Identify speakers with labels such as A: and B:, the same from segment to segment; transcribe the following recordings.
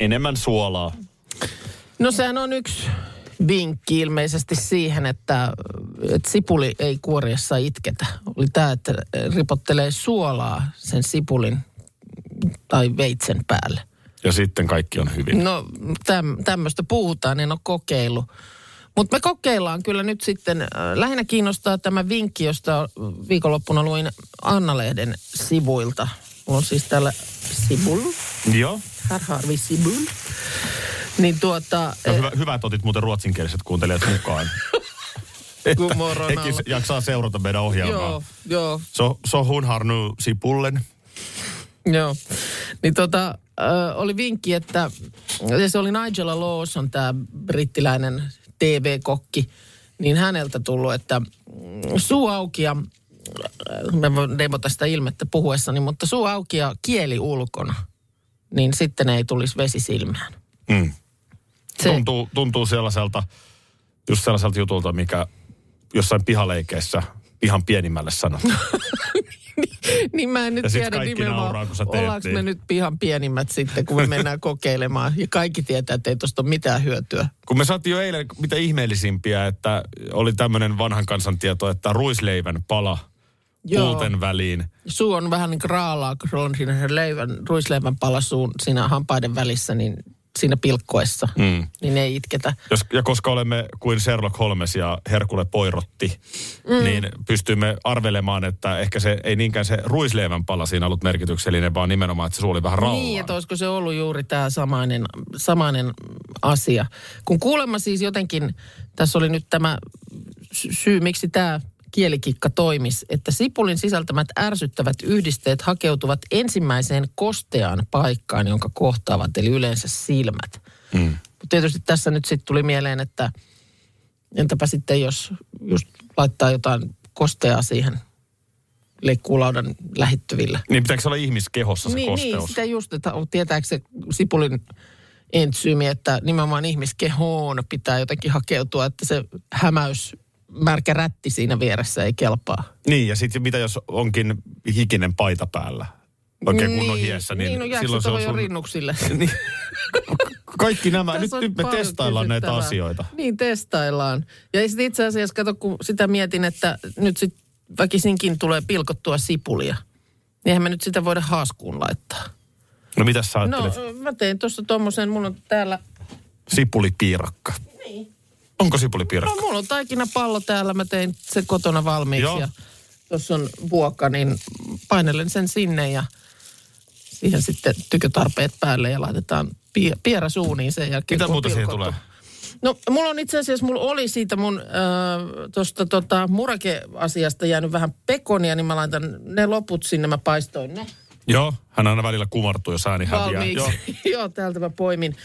A: Enemmän suolaa.
B: No sehän on yksi vinkki ilmeisesti siihen, että, että sipuli ei kuoriessa itketä. Oli tämä, että ripottelee suolaa sen sipulin tai veitsen päälle.
A: Ja sitten kaikki on hyvin.
B: No täm, tämmöistä puhutaan, en ole kokeillut. Mutta me kokeillaan kyllä nyt sitten. äh, Lähinnä kiinnostaa tämä vinkki, josta viikonloppuna luin Anna-lehden sivuilta. Mulla on siis täällä sibul,
A: Joo.
B: Här har vi sibul. Niin tuota,
A: No, hyvä, hyvä, että otit muuten ruotsinkieliset kuuntelijat mukaan.
B: God eh, morgon
A: Hekin
B: alla.
A: jaksaa seurata meidän ohjelmaa.
B: Joo, joo,
A: So, so hun har nu sipullen.
B: joo. Niin tota, äh, oli vinkki, että ja se oli Nigella Lawson, tämä brittiläinen TV-kokki, niin häneltä tullut, että mm, suu auki ja äh, mä voin demota sitä ilmettä puhuessani, mutta suu auki ja kieli ulkona, niin sitten ei tulisi vesi silmään.
A: Mm.
B: Se,
A: Tuntuu, tuntuu sellaiselta, just sellaiselta jutulta, mikä jossain pihaleikeissä ihan pienimmälle sano.
B: niin mä en nyt
A: Ja sit
B: tiedä
A: kaikki nauraa,
B: nimenomaan,
A: kun sä teet
B: ollaanko me
A: niin.
B: nyt pihan pienimmät sitten, kun me mennään kokeilemaan. Ja kaikki tietää, että ei tosta ole mitään hyötyä.
A: Kun me saatiin jo eilen mitä ihmeellisimpiä, että oli tämmöinen vanhan kansan tieto, että ruisleivän pala
B: Joo.
A: puulten väliin.
B: suu on vähän niin kuin raalaa, kun on siinä se leivän, ruisleivän palasuun siinä hampaiden välissä, niin siinä pilkkoessa, mm. niin ei itketä.
A: Jos, ja koska olemme kuin Sherlock Holmes ja Herkule Poirotti, mm. niin pystymme arvelemaan, että ehkä se ei niinkään se ruisleivän pala siinä ollut merkityksellinen, vaan nimenomaan, että se suoli vähän rauhaa.
B: Niin, että olisiko se ollut juuri tämä samainen, samainen asia. Kun kuulemma siis jotenkin, tässä oli nyt tämä sy- syy, miksi tämä kielikikka toimisi, että sipulin sisältämät ärsyttävät yhdisteet hakeutuvat ensimmäiseen kosteaan paikkaan, jonka kohtaavat, eli yleensä silmät. Mm. Mutta tietysti tässä nyt sitten tuli mieleen, että entäpä sitten jos just laittaa jotain kosteaa siihen leikkuulaudan lähettyvillä.
A: Niin pitääkö se olla ihmiskehossa se
B: Niin,
A: kosteus?
B: niin, sitä just, että on- tietääkö se sipulin entsyymi, että nimenomaan ihmiskehoon pitää jotenkin hakeutua, että se hämäys, märkä rätti siinä vieressä ei kelpaa.
A: niin ja sitten mitä jos onkin hikinen paita päällä? Oikein niin, kunnon hiessä, niin,
B: niin
A: niin
B: no,
A: silloin se on sun...
B: rinnuksille.
A: Niin. Kaikki nämä, nyt,
B: Tässä on
A: nyt me
B: paljon
A: testaillaan näitä
B: kysyttävää.
A: asioita.
B: Niin, testaillaan. Ja sit itse asiassa, kato, kun sitä mietin, että nyt sit väkisinkin tulee pilkottua sipulia. Niin eihän me nyt sitä voida haaskuun laittaa.
A: No mitä sä
B: No,
A: ajattelet?
B: mä tein tuossa tommosen, mulla on täällä
A: Sipulipiirakka. Niin. Onko sipulipiirakka?
B: No mulla on taikinapallo täällä, mä tein se kotona valmiiksi
A: Joo.
B: ja tuossa on vuokka, niin painelen sen sinne ja siihen sitten tykötarpeet päälle ja laitetaan pie- pierä suuniin sen jälkeen.
A: Mitä
B: kun on
A: muuta siihen
B: pilkottu.
A: tulee?
B: No mulla on itse asiassa, mulla oli siitä mun äh, tuosta tota, murakeasiasta jäänyt vähän pekonia, niin mä laitan ne loput sinne, mä paistoin ne
A: Joo, hän aina välillä kumartuu, jos ääni häviää. Joo.
B: valmiiksi. Joo. täältä mä poimin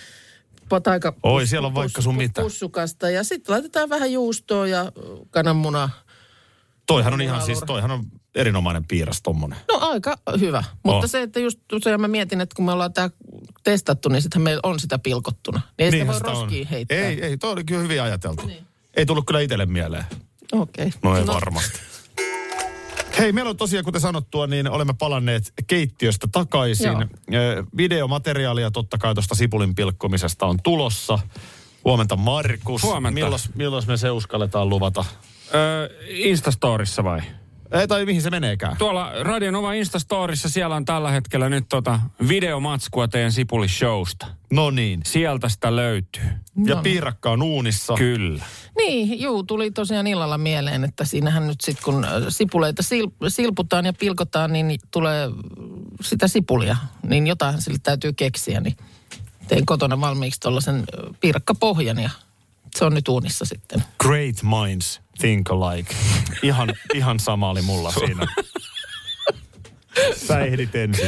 B: pa- taika,
A: Oi, siellä on vaikka sun mitä.
B: Pussukasta ja sitten laitetaan vähän juustoa ja ö, kananmunaa.
A: Toihan on ihan siis, toihan on erinomainen piiras tommonen.
B: No aika hyvä. Mutta
A: On.
B: se, että just usein mä mietin, että kun me ollaan tää testattu, niin sittenhän meillä on sitä pilkottuna. Niin ei sitä voi roskiin heittää.
A: Ei, ei, toi oli kyllä hyvin ajateltu. Niin. Ei tullut kyllä itselle mieleen.
B: Okei.
A: No ei no. varmasti. Hei, meillä on tosiaan, kuten sanottua, niin olemme palanneet keittiöstä takaisin.
B: Joo.
A: Ö, Videomateriaalia totta kai tuosta sipulin pilkkomisesta on tulossa. Huomenta Markus.
C: Huomenta.
A: Milloin, milloin me se uskalletaan luvata?
C: Öö, Instastorissa vai?
A: Ei, tai mihin se meneekään?
C: Tuolla Radion Oma Instastorissa siellä on tällä hetkellä nyt tota videomatskua teidän sipulishowsta.
A: No niin.
C: Sieltä sitä löytyy.
B: No
A: Ja piirakka on uunissa.
C: Kyllä.
B: Niin, juu, tuli tosiaan illalla mieleen, että siinähän nyt sitten kun ö, sipuleita sil- silputaan ja pilkotaan, niin tulee ö, sitä sipulia. Niin jotain sille täytyy keksiä, niin tein kotona valmiiksi tuollaisen ö, piirakkapohjan ja se on nyt uunissa sitten.
A: Great minds think alike. Ihan, ihan sama oli mulla siinä. Sä ehdit ensin.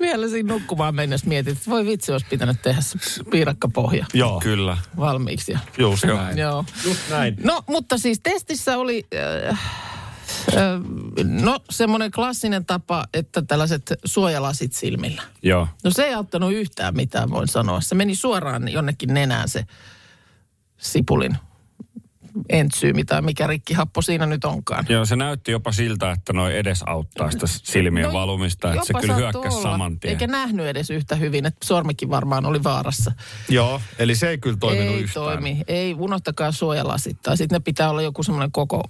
B: Vielä siinä nukkumaan mennessä mietit, että voi vitsi, olisi pitänyt tehdä se piirakkapohja
A: Joo,
C: Kyllä.
B: valmiiksi. Ja,
A: juu, se on.
C: Näin.
B: joo.
A: Just näin.
B: No, mutta siis testissä oli, äh, äh, no semmoinen klassinen tapa, että tällaiset suojalasit silmillä.
C: Joo.
B: No se ei auttanut yhtään mitään, voin sanoa. Se meni suoraan jonnekin nenään se sipulin entsyymi tai mikä rikkihappo siinä nyt onkaan.
C: Joo, se näytti jopa siltä, että noi edesauttaa sitä silmien
B: No,
C: valumista, että se
B: jopa
C: kyllä
B: saattoi
C: hyökkäsi
B: olla.
C: saman tien.
B: Eikä nähnyt edes yhtä hyvin, että sormikin varmaan oli vaarassa.
A: Joo, eli se ei kyllä toiminut
B: ei
A: yhtään.
B: toimi, ei unohtakaa suojalasit. Tai sitten ne pitää olla joku semmoinen koko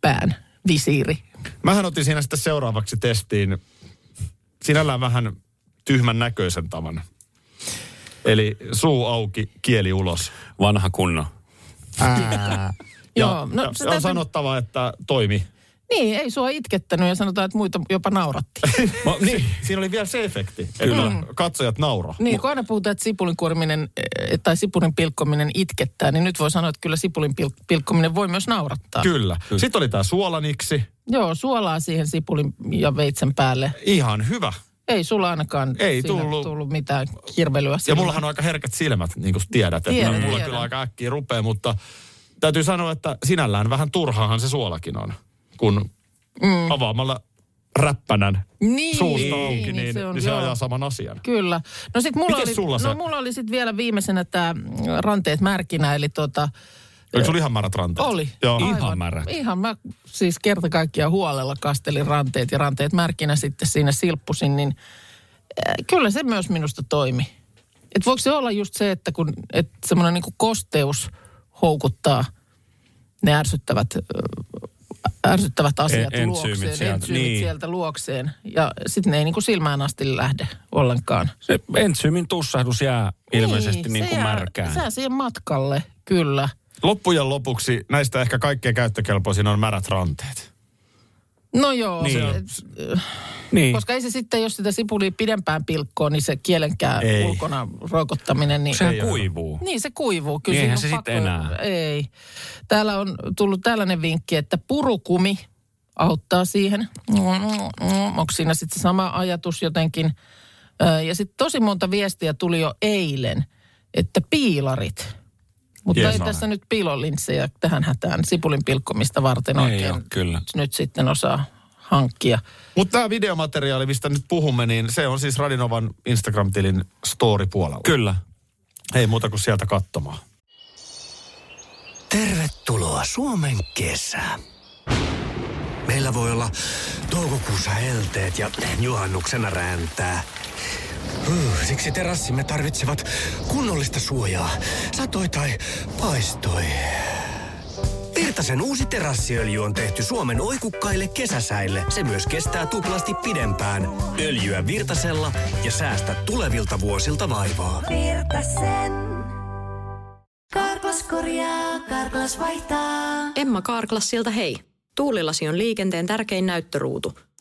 B: pään visiiri.
A: Mähän otin siinä sitten seuraavaksi testiin sinällään vähän tyhmän näköisen tavan. Eli suu auki, kieli ulos.
C: Vanha kunno.
A: Ja,
B: Joo, no
A: ja
B: se
A: on
B: täytyy-
A: sanottava, että toimi.
B: Niin, ei sua itkettänyt ja sanotaan, että muita jopa nauratti.
C: Ma, niin.
A: Siinä oli vielä se efekti, että katsojat naura.
B: Niin, kun aina puhutaan, että sipulin kuoriminen eh, tai sipulin pilkkominen itkettää, niin nyt voi sanoa, että kyllä sipulin pil- pilkkominen voi myös naurattaa.
A: Kyllä. Sitten oli tämä suolaniksi.
B: Joo, suolaa siihen sipulin ja veitsen päälle.
A: Ihan hyvä.
B: Ei sulla ainakaan
A: Ei
B: siinä
A: tullut.
B: tullut mitään kirvelyä.
A: Ja
B: siinä.
A: mullahan on aika herkät silmät, niin kuin tiedät. että
B: Tiedän,
A: mulla
B: tiedän.
A: kyllä aika äkkiä rupeaa, mutta täytyy sanoa, että sinällään vähän turhaahan se suolakin on. Kun mm. avaamalla räppänän
B: Niin,
A: suusta
B: niin,
A: auki, niin,
B: niin
A: niin
B: se
A: se,
B: on, joo.
A: ajaa saman asian.
B: Kyllä. No sit mulla
A: Mites
B: oli,
A: sulla se-
B: no, mulla oli sit vielä viimeisenä tämä ranteet märkinä, eli tota,
A: Oliko sulla ihan märät ranteet?
B: Oli.
A: Joo.
C: Ihan märät.
B: Ihan mä siis kerta kaikkiaan huolella kastelin ranteet ja ranteet märkinä sitten siinä silppusin, niin äh, kyllä se myös minusta toimi. Et voiko se olla just se, että kun et semmoinen niinku kosteus houkuttaa ne ärsyttävät, äh, ärsyttävät asiat
C: E- entsyymit
B: luokseen,
C: sieltä.
B: entsyymit
C: Niin.
B: sieltä luokseen. Ja sitten ne ei niinku silmään asti lähde ollenkaan.
C: Se entsyymin tussahdus jää ilmeisesti niin
B: se
C: kuin
B: jää-
C: märkään.
B: Se jää siihen matkalle, kyllä.
A: Loppujen lopuksi näistä ehkä kaikkein käyttökelpoisin on märät ranteet.
B: No joo,
C: Niin.
B: se,
C: Niin.
B: Koska ei se sitten, jos sitä sipulia pidempään pilkkoon, niin se kielenkään
A: Ei.
B: ulkona roikottaminen, niin...
C: Sehän kuivuu.
B: Niin, se kuivuu. Kyllä
C: Niin,
B: siinä
C: eihän
B: on
C: se
B: pakko-
C: sitten enää.
B: Ei. Täällä on tullut tällainen vinkki, että purukumi auttaa siihen. Onko siinä sitten se sama ajatus jotenkin? Ö, Ja sitten tosi monta viestiä tuli jo eilen, että piilarit. Mutta
A: Jees,
B: ei
A: no.
B: tässä nyt piilolinssejä tähän hätään sipulin pilkkomista varten
C: Ei
B: oikein
C: oo, kyllä.
B: nyt sitten osaa hankkia.
A: Mutta tämä videomateriaali, mistä nyt puhumme, niin se on siis Radinovan Instagram-tilin story-puolella.
C: Kyllä.
A: Ei muuta kuin sieltä katsomaan.
D: Tervetuloa Suomen kesään. Meillä voi olla toukokuussa helteet ja juhannuksena räntää. Huh, Siksi terassimme tarvitsevat kunnollista suojaa, satoi tai paistoi. Virtasen uusi terassiöljy on tehty Suomen oikukkaille kesäsäille. Se myös kestää tuplasti pidempään. Öljyä Virtasella ja säästä tulevilta vuosilta vaivaa.
E: Virtasen. Karklas korjaa, Karklas vaihtaa.
F: Emma Karklas siltä hei. Tuulilasi on liikenteen tärkein näyttöruutu.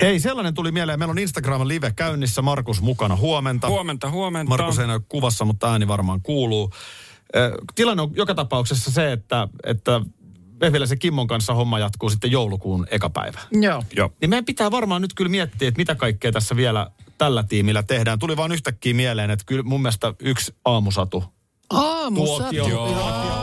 A: Hei, sellainen tuli mieleen. Meillä on Instagram live käynnissä. Markus mukana huomenta.
C: Huomenta, huomenta.
A: Markus ei näy kuvassa, mutta ääni varmaan kuuluu. Ö, Tilanne on joka tapauksessa se, että, että Vehviläisen Kimmon kanssa homma jatkuu sitten joulukuun eka päivä.
B: Joo.
A: Joo. Niin meidän pitää varmaan nyt kyllä miettiä, että mitä kaikkea tässä vielä tällä tiimillä tehdään. Tuli vaan yhtäkkiä mieleen, että kyllä mun mielestä yksi aamusatu.
B: Aamusatu.
A: Tuokio.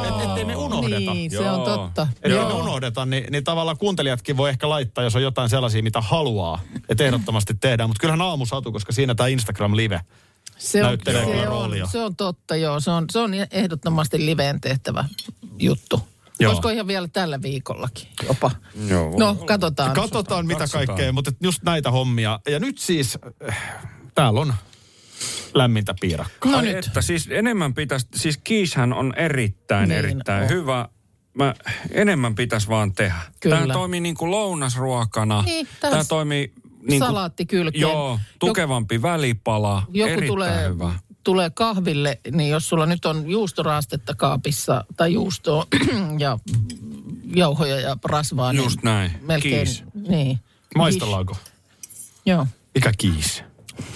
A: Et, ettei me unohdeta.
B: No Niin, se
C: Joo.
B: on totta.
A: Eli me unohdeta, niin, niin tavallaan kuuntelijatkin voi ehkä laittaa, jos on jotain sellaisia, mitä haluaa. Että ehdottomasti tehdään. Mutta kyllähän aamusatu, koska siinä tämä Instagram live.
B: Se on,
A: näyttelee
B: se,
A: kyllä roolia.
B: on, se on totta, joo. Se on, se on ehdottomasti liveen tehtävä juttu.
A: Joo.
B: Joo. Olisiko ihan vielä tällä viikollakin jopa?
C: Joo.
B: No, katsotaan.
A: Katsotaan, mitä
C: katsotaan.
A: kaikkea, mutta et just näitä hommia. Ja nyt siis, äh, eh, täällä on lämmintä piirakkaa.
B: No
C: Ai
B: nyt.
C: Että, siis enemmän pitäisi, siis kiishän on
B: Niin
C: erittäin, niin
B: on.
C: erittäin on. hyvä. Mä, enemmän pitäisi vaan tehdä.
B: Kyllä.
C: Tämä toimii niin kuin lounasruokana.
B: Niin, tähän
C: Tämä
B: s-
C: toimii niin
B: salaatti kylkeen.
C: Joo, tukevampi välipala.
B: Joku
C: erittäin
B: tulee,
C: hyvä.
B: tulee kahville, niin jos sulla nyt on juustoraastetta kaapissa tai juustoa ja jauhoja ja rasvaa, niin
C: Just näin.
B: melkein...
C: Kiis.
B: Niin.
A: Maistellaanko?
B: Gish. Joo.
A: Mikä kiis?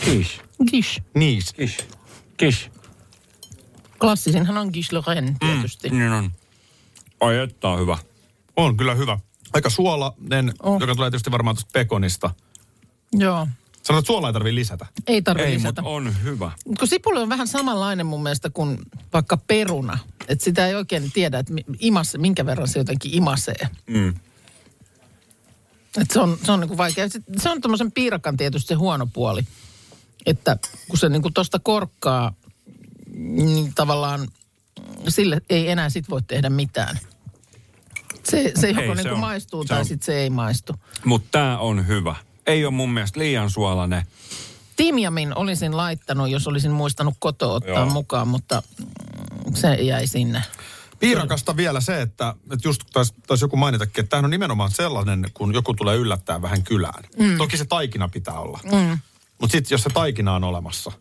C: Kiis.
B: Gish.
A: Niis.
C: Kiis. Kiis.
B: Klassisinhan on Gish Lorraine tietysti. Mm.
C: Niin on. Ai että on hyvä.
A: On kyllä hyvä. Aika suolainen,
B: On.
A: oh. joka tulee tietysti varmaan tuosta pekonista.
B: Joo.
A: Sanoit, että suolaa ei tarvitse lisätä.
B: Ei tarvitse
C: Ei,
B: lisätä.
C: mutta on hyvä.
B: Mut Kun sipuli on vähän samanlainen mun mielestä kuin vaikka peruna. Että sitä ei oikein tiedä, että mi- imas, minkä verran se jotenkin imasee. Mm. Et se on, se on niinku vaikea. Sit, se on tuommoisen piirakan tietysti se huono puoli. Että kun se niinku tosta korkkaa, niin tavallaan sille ei enää sit voi tehdä mitään. Se, se joko
C: Ei, se
B: niinku
C: on-
B: maistuu
C: se
B: tai
C: on-
B: sitten se ei maistu.
C: Mutta tämä on hyvä. Ei ole mun mielestä liian suolainen.
B: Timjamin olisin laittanut, jos olisin muistanut kotoa ottaa
C: Joo.
B: mukaan, mutta mm, se jäi sinne.
A: Piirakasta vielä se, että, että just taisi tais joku mainitakin, että tämähän on nimenomaan sellainen, kun joku tulee yllättää vähän kylään. Mm. Toki se taikina pitää olla. Mm. Niin, Mutta sitten jos se taikina on olemassa,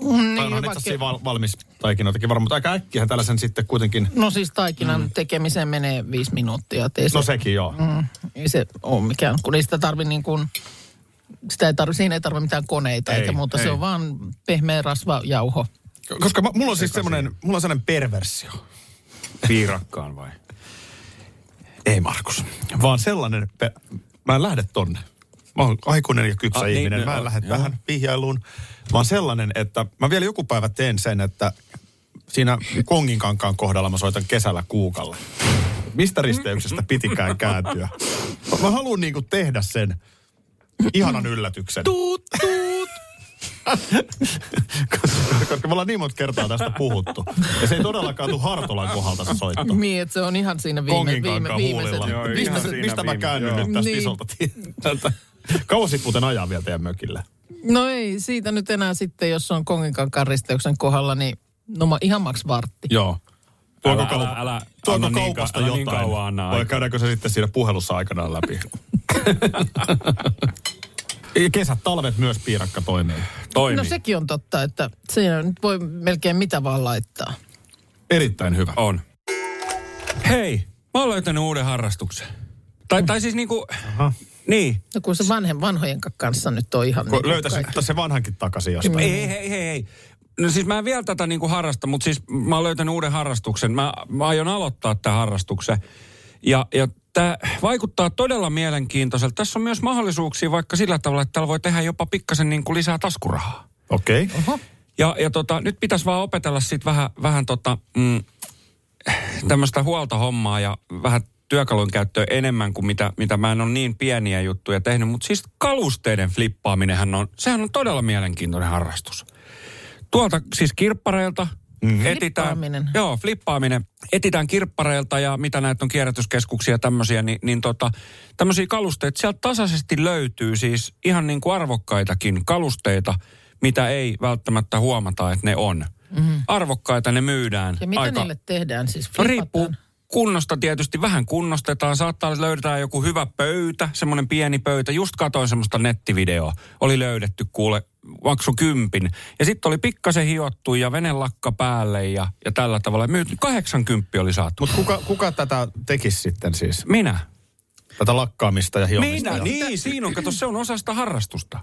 B: Mm,
A: tai onhan itse
B: hyvä
A: asiassa
B: ke-
A: siinä val, valmis taikinoitakin varmaan, mutta aika äkkiä tällaisen sitten kuitenkin,
B: No siis taikinan mm. tekemiseen menee viisi minuuttia. et Ei se,
A: no sekin joo. Mm.
B: mm, ei se ole mikään, kun ei sitä tarvi niin kuin, sitä ei tarvi, siinä ei tarvi mitään koneita ei,
A: Ei,
B: eikä muuta. Ei. Se
A: ei.
B: on vaan pehmeä rasva, jauho.
A: Koska mä, mulla on siis semmoinen, mulla on sellainen perversio.
C: Piirakkaan vai?
A: Ei Markus, vaan sellainen, pe- mä en lähde tonne. Mä oon aikuinen ja kypsä
C: Ah,
A: ah,
C: niin,
A: ihminen,
C: niin,
A: mä
C: joo,
A: en lähde
C: joo.
A: tähän vihjailuun. Vaan sellainen, että mä vielä joku päivä teen sen, että siinä Konginkankaan kohdalla mä soitan kesällä kuukalle. Mistä risteyksestä pitikään kääntyä? Mä- Mä haluan niinku tehdä sen ihanan yllätyksen. Tuut, tuut. koska, koska me ollaan niin monta kertaa tästä puhuttu. Ja se ei todellakaan tule Hartolan kohdalta se soitto.
B: Niin, että se on ihan siinä viime,
A: Kongin
B: viime,
A: kankaan
B: viimeiset.
A: huulilla.
C: Joo,
A: mistä
C: ihan
A: se,
C: siinä
A: mistä mä
C: viime-
A: käännyn
C: joo.
A: nyt tästä
B: Niin.
A: niin. isolta tieltä? Kauan sit muuten ajaa vielä teidän mökille.
B: No ei, siitä nyt enää sitten, jos on konginkankaan risteyksen kohdalla, niin no ma- ihan maks vartti.
C: Joo.
A: Tuoko,
C: Älä-
A: kau-
C: älä-
A: tuoko
C: anna niin
A: kaupasta
C: ka- älä niin
A: jotain?
C: kauan anna
A: Vai
C: aikaa.
A: käydäänkö se sitten siinä puhelussa aikanaan läpi? Kesät, talvet myös piirakka toimii.
C: Toimii.
B: No sekin on totta, että siinä nyt voi melkein mitä vaan laittaa.
A: Erittäin hyvä.
C: On. Hei, mä oon löytänyt uuden harrastuksen. Tai, tai siis niinku, Aha. niin.
B: No kun se vanhen, vanhojen kanssa nyt on ihan...
A: Ko-
B: niin
A: Löytäisit
B: kaikki. Niin.
A: se vanhankin takaisin jostain.
C: Ei, hei, hei, hei, hei. No siis mä en vielä tätä niinku harrasta, mutta siis mä oon löytänyt uuden harrastuksen. Mä, mä aion aloittaa tämän harrastuksen. Ja, ja tämä vaikuttaa todella mielenkiintoiselta. Tässä on myös mahdollisuuksia vaikka sillä tavalla, että täällä voi tehdä jopa pikkasen niinku lisää taskurahaa.
A: Okei. Okay.
C: Ja, ja tota, nyt pitäisi vaan opetella siitä vähän, vähän tota, mm, tämmöistä huoltohommaa ja vähän työkalun käyttöä enemmän kuin mitä, mitä mä en ole niin pieniä juttuja tehnyt. Mutta siis kalusteiden flippaaminenhan on, sehän on todella mielenkiintoinen harrastus. Tuolta siis kirppareilta mm. etitään.
B: Flippaaminen.
C: Joo, flippaaminen. Etitään kirppareilta ja mitä näitä on kierrätyskeskuksia ja tämmöisiä, niin, niin tota, tämmöisiä kalusteita. Sieltä tasaisesti löytyy siis ihan niin kuin arvokkaitakin kalusteita, mitä ei välttämättä huomata, että ne on. Mm-hmm. Arvokkaita ne myydään.
B: Mhm. Ja mitä
C: aika-
B: Aika. niille tehdään siis?
C: No
B: Flipataan.
C: riippuu kunnosta tietysti. Vähän kunnostetaan. Saattaa olla, löydetään joku hyvä pöytä, semmoinen pieni pöytä. Just katoin semmoista nettivideoa. Oli löydetty kuule, maksu kympin. Ja sitten oli pikkasen hiottu ja venelakka päälle ja, ja tällä tavalla. Myyty 80 oli saatu.
A: Mutta kuka, kuka tätä tekisi sitten siis?
C: Minä.
A: Tätä lakkaamista ja hiomista?
C: Minä,
A: ja...
C: niin, siinä on. Kato, se on osa sitä harrastusta.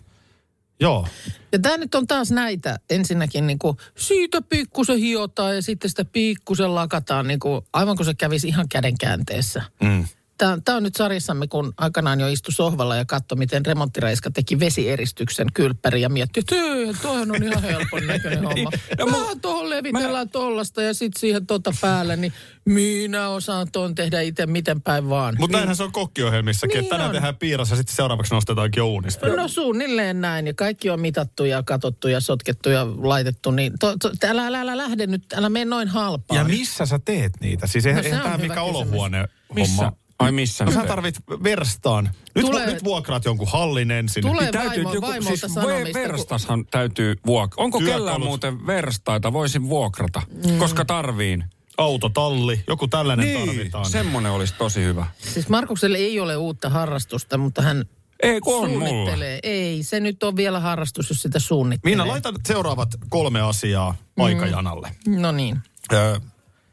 A: Joo.
B: Ja tämä nyt on taas näitä. Ensinnäkin niin kuin siitä pikkusen hiotaan ja sitten sitä pikkusen lakataan niin kuin, aivan kuin se kävisi ihan kädenkäänteessä.
A: Mm.
B: Tämä, tämä on nyt sarjassamme, kun aikanaan jo istui sohvalla ja katsoi, miten remonttireiska teki vesieristyksen kylppäri ja mietti, että "Ei, toihan on ihan helpon näköinen homma.
C: No, mu-
B: Mä tuohon levitellään tollasta ja sitten siihen tota päälle, niin minä osaan ton tehdä itse miten päin vaan.
A: Mutta näinhän se on kokkiohjelmissakin,
B: Niin
A: että tänään
B: on.
A: tehdään piiras ja sitten seuraavaksi nostetaankin uunista.
B: No suunnilleen näin, ja kaikki on mitattu ja katsottu ja sotkettu ja laitettu, niin to, to, älä, älä, älä lähde nyt, älä mene noin halpaan.
A: Ja missä sä teet niitä? Siis eihän, no,
B: No se
A: eihän
B: on
A: tämä
B: hyvä
A: mikä
B: kysymys.
A: olohuone
C: Missä?
A: homma.
C: Ai missä
A: No
C: nyt?
A: sä tarvit verstaan. Nyt,
B: Tulee-
A: Tulee... nyt vuokraat jonkun hallin ensin.
B: Tulee
C: Niin täytyy
B: vaimo,
C: joku,
B: vaimolta
C: siis
B: sanomista.
C: ve-
B: kun-
C: verstashan täytyy vuokra. Onko
A: Työkalut.
C: kellään muuten verstaita? Voisin vuokrata,
B: Niin.
C: mm. koska tarviin.
A: Autotalli, joku tällainen
C: Niin.
A: tarvitaan.
C: semmonen olisi tosi hyvä.
B: Siis Markukselle ei ole uutta harrastusta, mutta hän
C: Ei kun on mulla.
B: suunnittelee. Ei, se nyt on vielä harrastus, jos sitä suunnittelee.
A: Minna, laita nyt seuraavat kolme asiaa aikajanalle.
B: No niin.
A: Ö,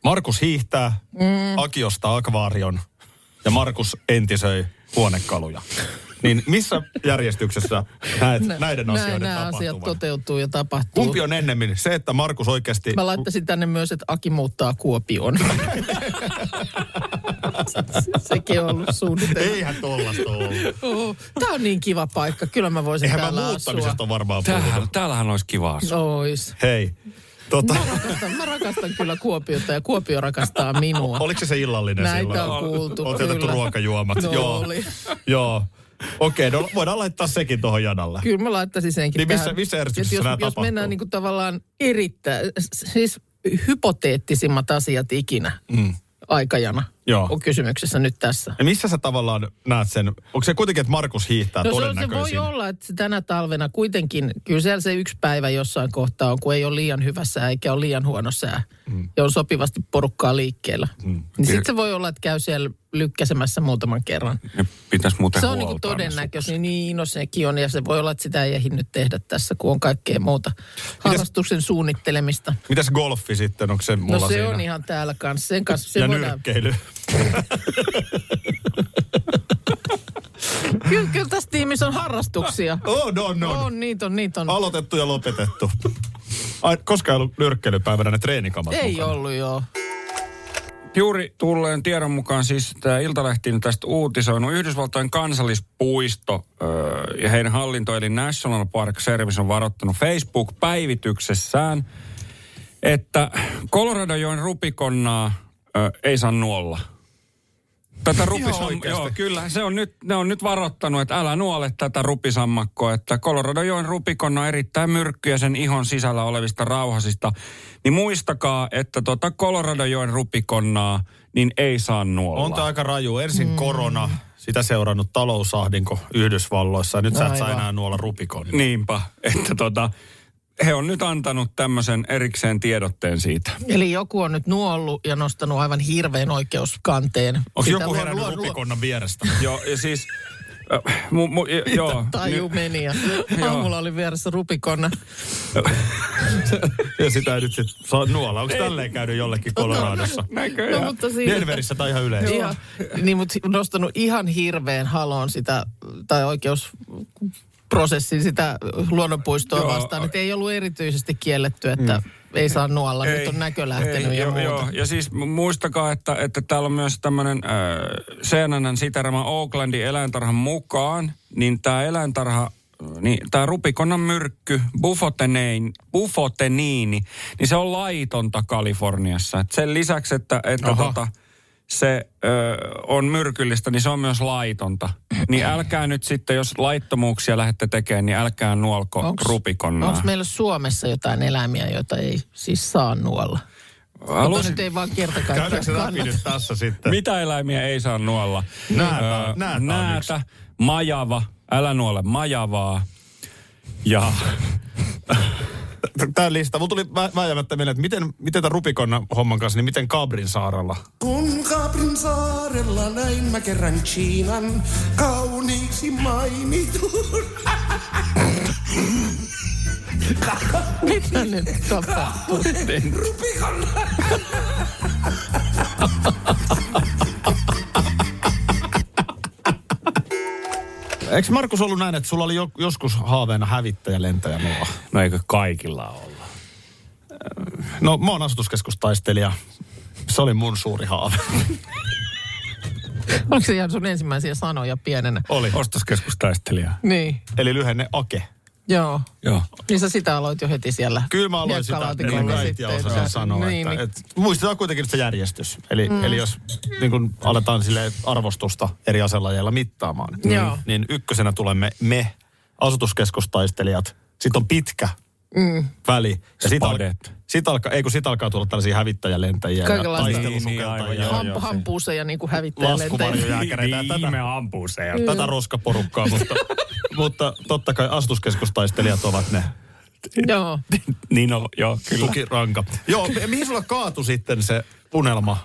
A: Markus hiihtää, mm. Aki ostaa akvaarion ja Markus entisöi huonekaluja. Niin missä järjestyksessä näet no, näiden asioiden
B: nämä asiat
A: tapahtuvan?
B: toteutuu ja tapahtuu.
A: Kumpi on ennemmin? Se, että Markus oikeasti...
B: Mä laittaisin tänne myös, että Aki muuttaa Kuopioon. Sekin on ollut suunnitelma.
A: Eihän tollasta ollut.
B: Tämä on niin kiva paikka. Kyllä mä voisin
A: Eihän mä
B: täällä asua.
A: muuttamisesta ole varmaan puhunut.
C: Tämähän, täällähän olisi kiva asua.
B: Ois.
A: Hei, tota,
B: Mä rakastan, mä rakastan kyllä Kuopiota ja Kuopio rakastaa minua.
A: oliko se se illallinen
B: Näitä
A: silloin?
B: on kuultu,
A: Oot jätetty
B: kyllä.
A: ruokajuomat.
B: No
A: Joo.
B: oli.
A: Joo. Okei, no voidaan laittaa sekin tuohon janalle.
B: Kyllä mä laittaisin senkin
A: Niin missä-
B: tähän.
A: missä
B: Et
A: järjestyksessä
B: jos,
A: nämä
B: jos
A: tapahtuu?
B: mennään niin kuin tavallaan erittää, siis hypoteettisimmat asiat ikinä mm. aikajana
A: Joo.
B: on kysymyksessä nyt tässä.
A: Ja missä sä tavallaan näet sen? Onko se kuitenkin, että Markus hiihtää
B: No se, on, se
A: todennäköisin?
B: voi olla, että se tänä talvena kuitenkin, kyllä siellä se yksi päivä jossain kohtaa on, kun ei ole liian hyvä sää eikä ole liian huono sää. Mm. Ja on sopivasti porukkaa liikkeellä. Mm. Niin sitten se voi olla, että käy siellä lykkäsemässä muutaman kerran.
C: Ne pitäisi muuten
B: Se on niin
C: huoltaa ne
B: todennäköistä, niin no sekin on ja se voi olla, että sitä ei ehdi nyt tehdä tässä, kun on kaikkea muuta harrastuksen suunnittelemista.
A: Mitäs golfi sitten, onko se mulla
B: No se
A: siinä?
B: on ihan täällä kanssa, sen kanssa se
A: ja
B: voidaan.
A: nyrkkeily.
B: Kyllä, kyllä tässä tiimissä on harrastuksia.
A: Oh, no, no.
B: On, niitä on, niitä on.
A: Aloitettu ja lopetettu. Ai, koskaan ei ollut nyrkkeilypäivänä ne treenikamat
B: Ei
A: mukana.
B: ollut joo.
C: suhteet. Juuri tulleen tiedon mukaan siis tämä Iltalehti on tästä uutisoinut. Yhdysvaltain kansallispuisto öö, ja heidän hallinto eli National Park Service on varoittanut Facebook-päivityksessään, että Coloradojoen rupikonnaa öö, ei saa nuolla. Tätä rupisam...
A: oikeasti?
C: Joo, kyllä. Se on nyt, ne on nyt varoittanut, että älä nuole tätä rupisammakkoa, että Coloradojoen rupikon on erittäin myrkkyä sen ihon sisällä olevista rauhasista. Niin muistakaa, että tota Coloradojoen rupikonnaa niin ei saa nuolla.
A: On tämä aika raju. Ensin mm. korona, sitä seurannut talousahdinko Yhdysvalloissa. Ja nyt sä et saa
B: Aivan.
A: enää nuolla rupikon.
C: Niinpä, että tota, he on nyt antanut tämmöisen erikseen tiedotteen siitä.
B: Eli joku on nyt nuollut ja nostanut aivan hirveän oikeuskanteen.
A: Onko
B: Sitä
A: joku
B: luo-
A: herännyt
B: luo- luo-
A: rupikonnan vierestä?
C: Joo, ja siis... ö, Mu, mu, j- joo,
B: Taju meni ja
C: Joo.
B: aamulla oli vieressä rupikonna.
A: ja sitä ei nyt sit saa nuolla. Onko tälleen käynyt jollekin Coloradossa?
B: No, mutta siinä...
A: Denverissä tai ihan yleensä?
B: Ihan, niin, mutta nostanut ihan hirveän haloon sitä, tai oikeusprosessin sitä luonnonpuistoa
C: Joo.
B: Joo. vastaan, että ei ollut erityisesti kielletty, että mm. ei saa nuolla, ei, nyt on näkö lähtenyt ei, ja
C: joo,
B: muuta.
C: joo.
B: Joo.
C: Ja siis mu- muistakaa, että, että täällä on myös tämmöinen äh, CNN siterama Oaklandin eläintarhan mukaan, niin tämä eläintarha, niin tämä rupikonnan myrkky, bufotenein, bufoteniini, niin se on laitonta Kaliforniassa. Et sen lisäksi, että, että tota, se ö, on myrkyllistä, niin se on myös laitonta. Niin älkää nyt sitten, jos laittomuuksia lähdette tekemään, niin älkää nuolko rupikonnaa.
B: Onko meillä Suomessa jotain eläimiä, joita ei siis saa nuolla? Mutta
C: Halusin-
B: nyt ei vaan kerta kaikkiaan
A: Käydäänkö se läpi
B: kannata.
A: nyt tässä sitten?
C: Mitä eläimiä ei saa nuolla?
A: Näätä, näätä on
C: näätä majava, älä nuole majavaa. Ja
A: Tämä lista. Mulla tuli vä- vääjäämättä mieleen, että miten, miten tämän Rubikon homman kanssa, niin miten Kabrin saarella?
G: Kun Kaaprin saarella näin mä kerran Chiinan kauniiksi mainitun.
B: Mitä nyt tapahtuu?
G: Rupikon
A: Eikö Markus ollut näin, että sulla oli jo, joskus haaveena hävittäjä lentäjä mulla?
C: no eikö kaikilla olla?
A: No mä oon asutuskeskustaistelija. Se oli mun suuri haave.
B: Oliko se ihan sun ensimmäisiä sanoja pienenä?
A: Oli.
C: Ostoskeskustaistelija.
B: Niin,
A: Eli lyhenne Ake.
B: joo.
C: Joo.
B: Niin sä sitä aloit jo heti siellä.
A: Kyllä mä aloin sitä,
B: hiekkalaatikolla
A: ennen kaikkia
B: sitten,
A: osaa
B: että-
A: sanoa.
B: Niin,
A: että,
B: niin,
A: et, muistetaan kuitenkin se järjestys. Eli, mm. eli jos niin kun aletaan sille arvostusta eri aselajeilla mittaamaan,
B: Joo.
A: niin ykkösenä tulemme me, asutuskeskustaistelijat. Sitten on pitkä mm. väli. Ja sit, al-
C: Spadet.
A: sit alkaa, ei kun sit alkaa tulla tällaisia hävittäjälentäjiä
B: Kaikenlaista.
A: ja
C: Niin, niin,
A: taistelusukeltajia.
C: aivan,
A: ja-
C: joo,
B: Hamp, hampuu se ja niin kuin hävittää lentäjä.
A: Laskuvarjojääkäreitä ja tätä,
C: niin, ampuu se.
A: tätä roskaporukkaa, mutta, mutta totta kai astuskeskustaistelijat ovat ne
B: Joo.
C: Niin on, joo, kyllä.
A: tukiranka. Joo, mi- mihin sulla kaatui sitten se unelma?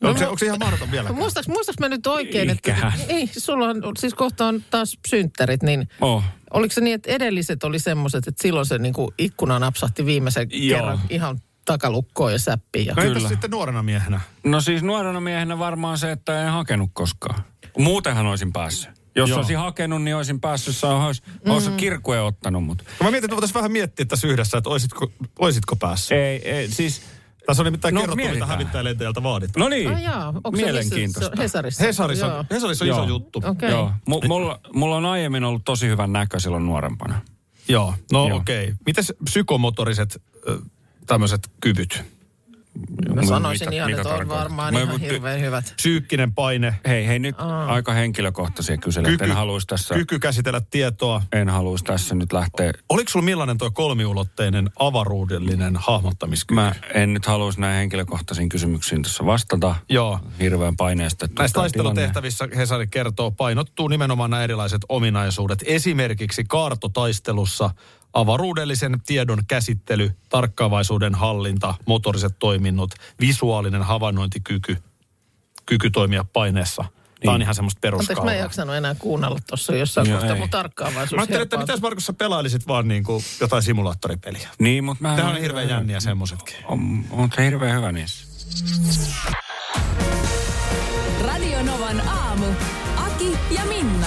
B: No
A: Onko se,
B: mu-
A: onko se ihan mahdoton vielä?
B: Muistaaks, muistaaks mä nyt oikein, että...
C: Eiköhän.
B: Ei, sulla on, siis kohta on taas synttärit, niin...
C: Oh.
B: Oliko se niin, että edelliset oli semmoiset, että silloin se niin kuin ikkuna napsahti viimeisen
C: Joo.
B: kerran ihan takalukkoon ja säppiin. Ja...
A: No
C: Kyllä.
A: entäs sitten nuorena miehenä?
C: No siis nuorena miehenä varmaan se, että en hakenut koskaan. Muutenhan olisin päässyt. Jos
A: Joo.
C: olisin hakenut, niin olisin päässyt. Se olisi,
B: Mm.
C: olisi kirkue ottanut mut.
A: No mä mietin, että voitaisiin vähän miettiä tässä yhdessä, että oisitko, oisitko päässyt.
C: Ei, ei, siis...
A: Tässä oli mitään
C: No,
A: no, kerrottu, mitä
C: mietitään.
A: hävittäjälentäjältä vaaditaan.
C: No niin,
B: Ah, jaa. Onko se missä-
C: mielenkiintoista.
B: se on Hesarissa.
A: Hesarissa,
B: Joo.
A: on, Hesarissa on iso
C: Joo.
A: juttu.
B: Okei.
C: Joo. M- mulla, mulla on aiemmin ollut tosi hyvän näkö silloin nuorempana.
A: Joo, no
C: Joo.
A: okei. Okay. Mites psykomotoriset ö, tämmöiset kyvyt?
B: Mä sanoisin
C: Mitä-
B: ihan,
C: mitä
B: että on
C: tarkoittaa?
B: varmaan
C: Mä-
B: ihan
C: mut-
B: hirveän hyvät.
A: Psyykkinen paine,
C: Hei, hei nyt aika henkilökohtaisia kyselyjä. että En haluaisi tässä,
A: kyky käsitellä tietoa.
C: en haluaisi tässä nyt lähteä.
A: Oliko sulla millainen tuo kolmiulotteinen avaruudellinen hahmottamiskyky?
C: Mä en nyt haluaisi näihin henkilökohtaisiin kysymyksiin tässä vastata.
A: Joo.
C: Hirveän paineesta.
A: Näissä taistelutehtävissä Hesari kertoo, painottuu nimenomaan nämä erilaiset ominaisuudet. Esimerkiksi kaartotaistelussa avaruudellisen tiedon käsittely, tarkkaavaisuuden hallinta, motoriset toiminnot, visuaalinen havainnointikyky, kyky toimia paineessa. Tämä on ihan semmoista
B: Anteeksi, mä en
A: peruskauraa.
B: jaksanut enää kuunnella tuossa jossain
C: Joo,
B: kohtaa.
C: ei.
B: Mun tarkkaavaisuus
A: Mä ajattelin, että
B: herpaantui.
A: mitäs Markus sä pelailisit vaan niin kuin jotain simulaattoripeliä.
C: Niin, mutta mä...
A: Tämä on hirveän jänniä semmoisetkin.
C: On, on se hirveän hyvä niissä.
H: Radio Novan aamu. Aki ja Minna.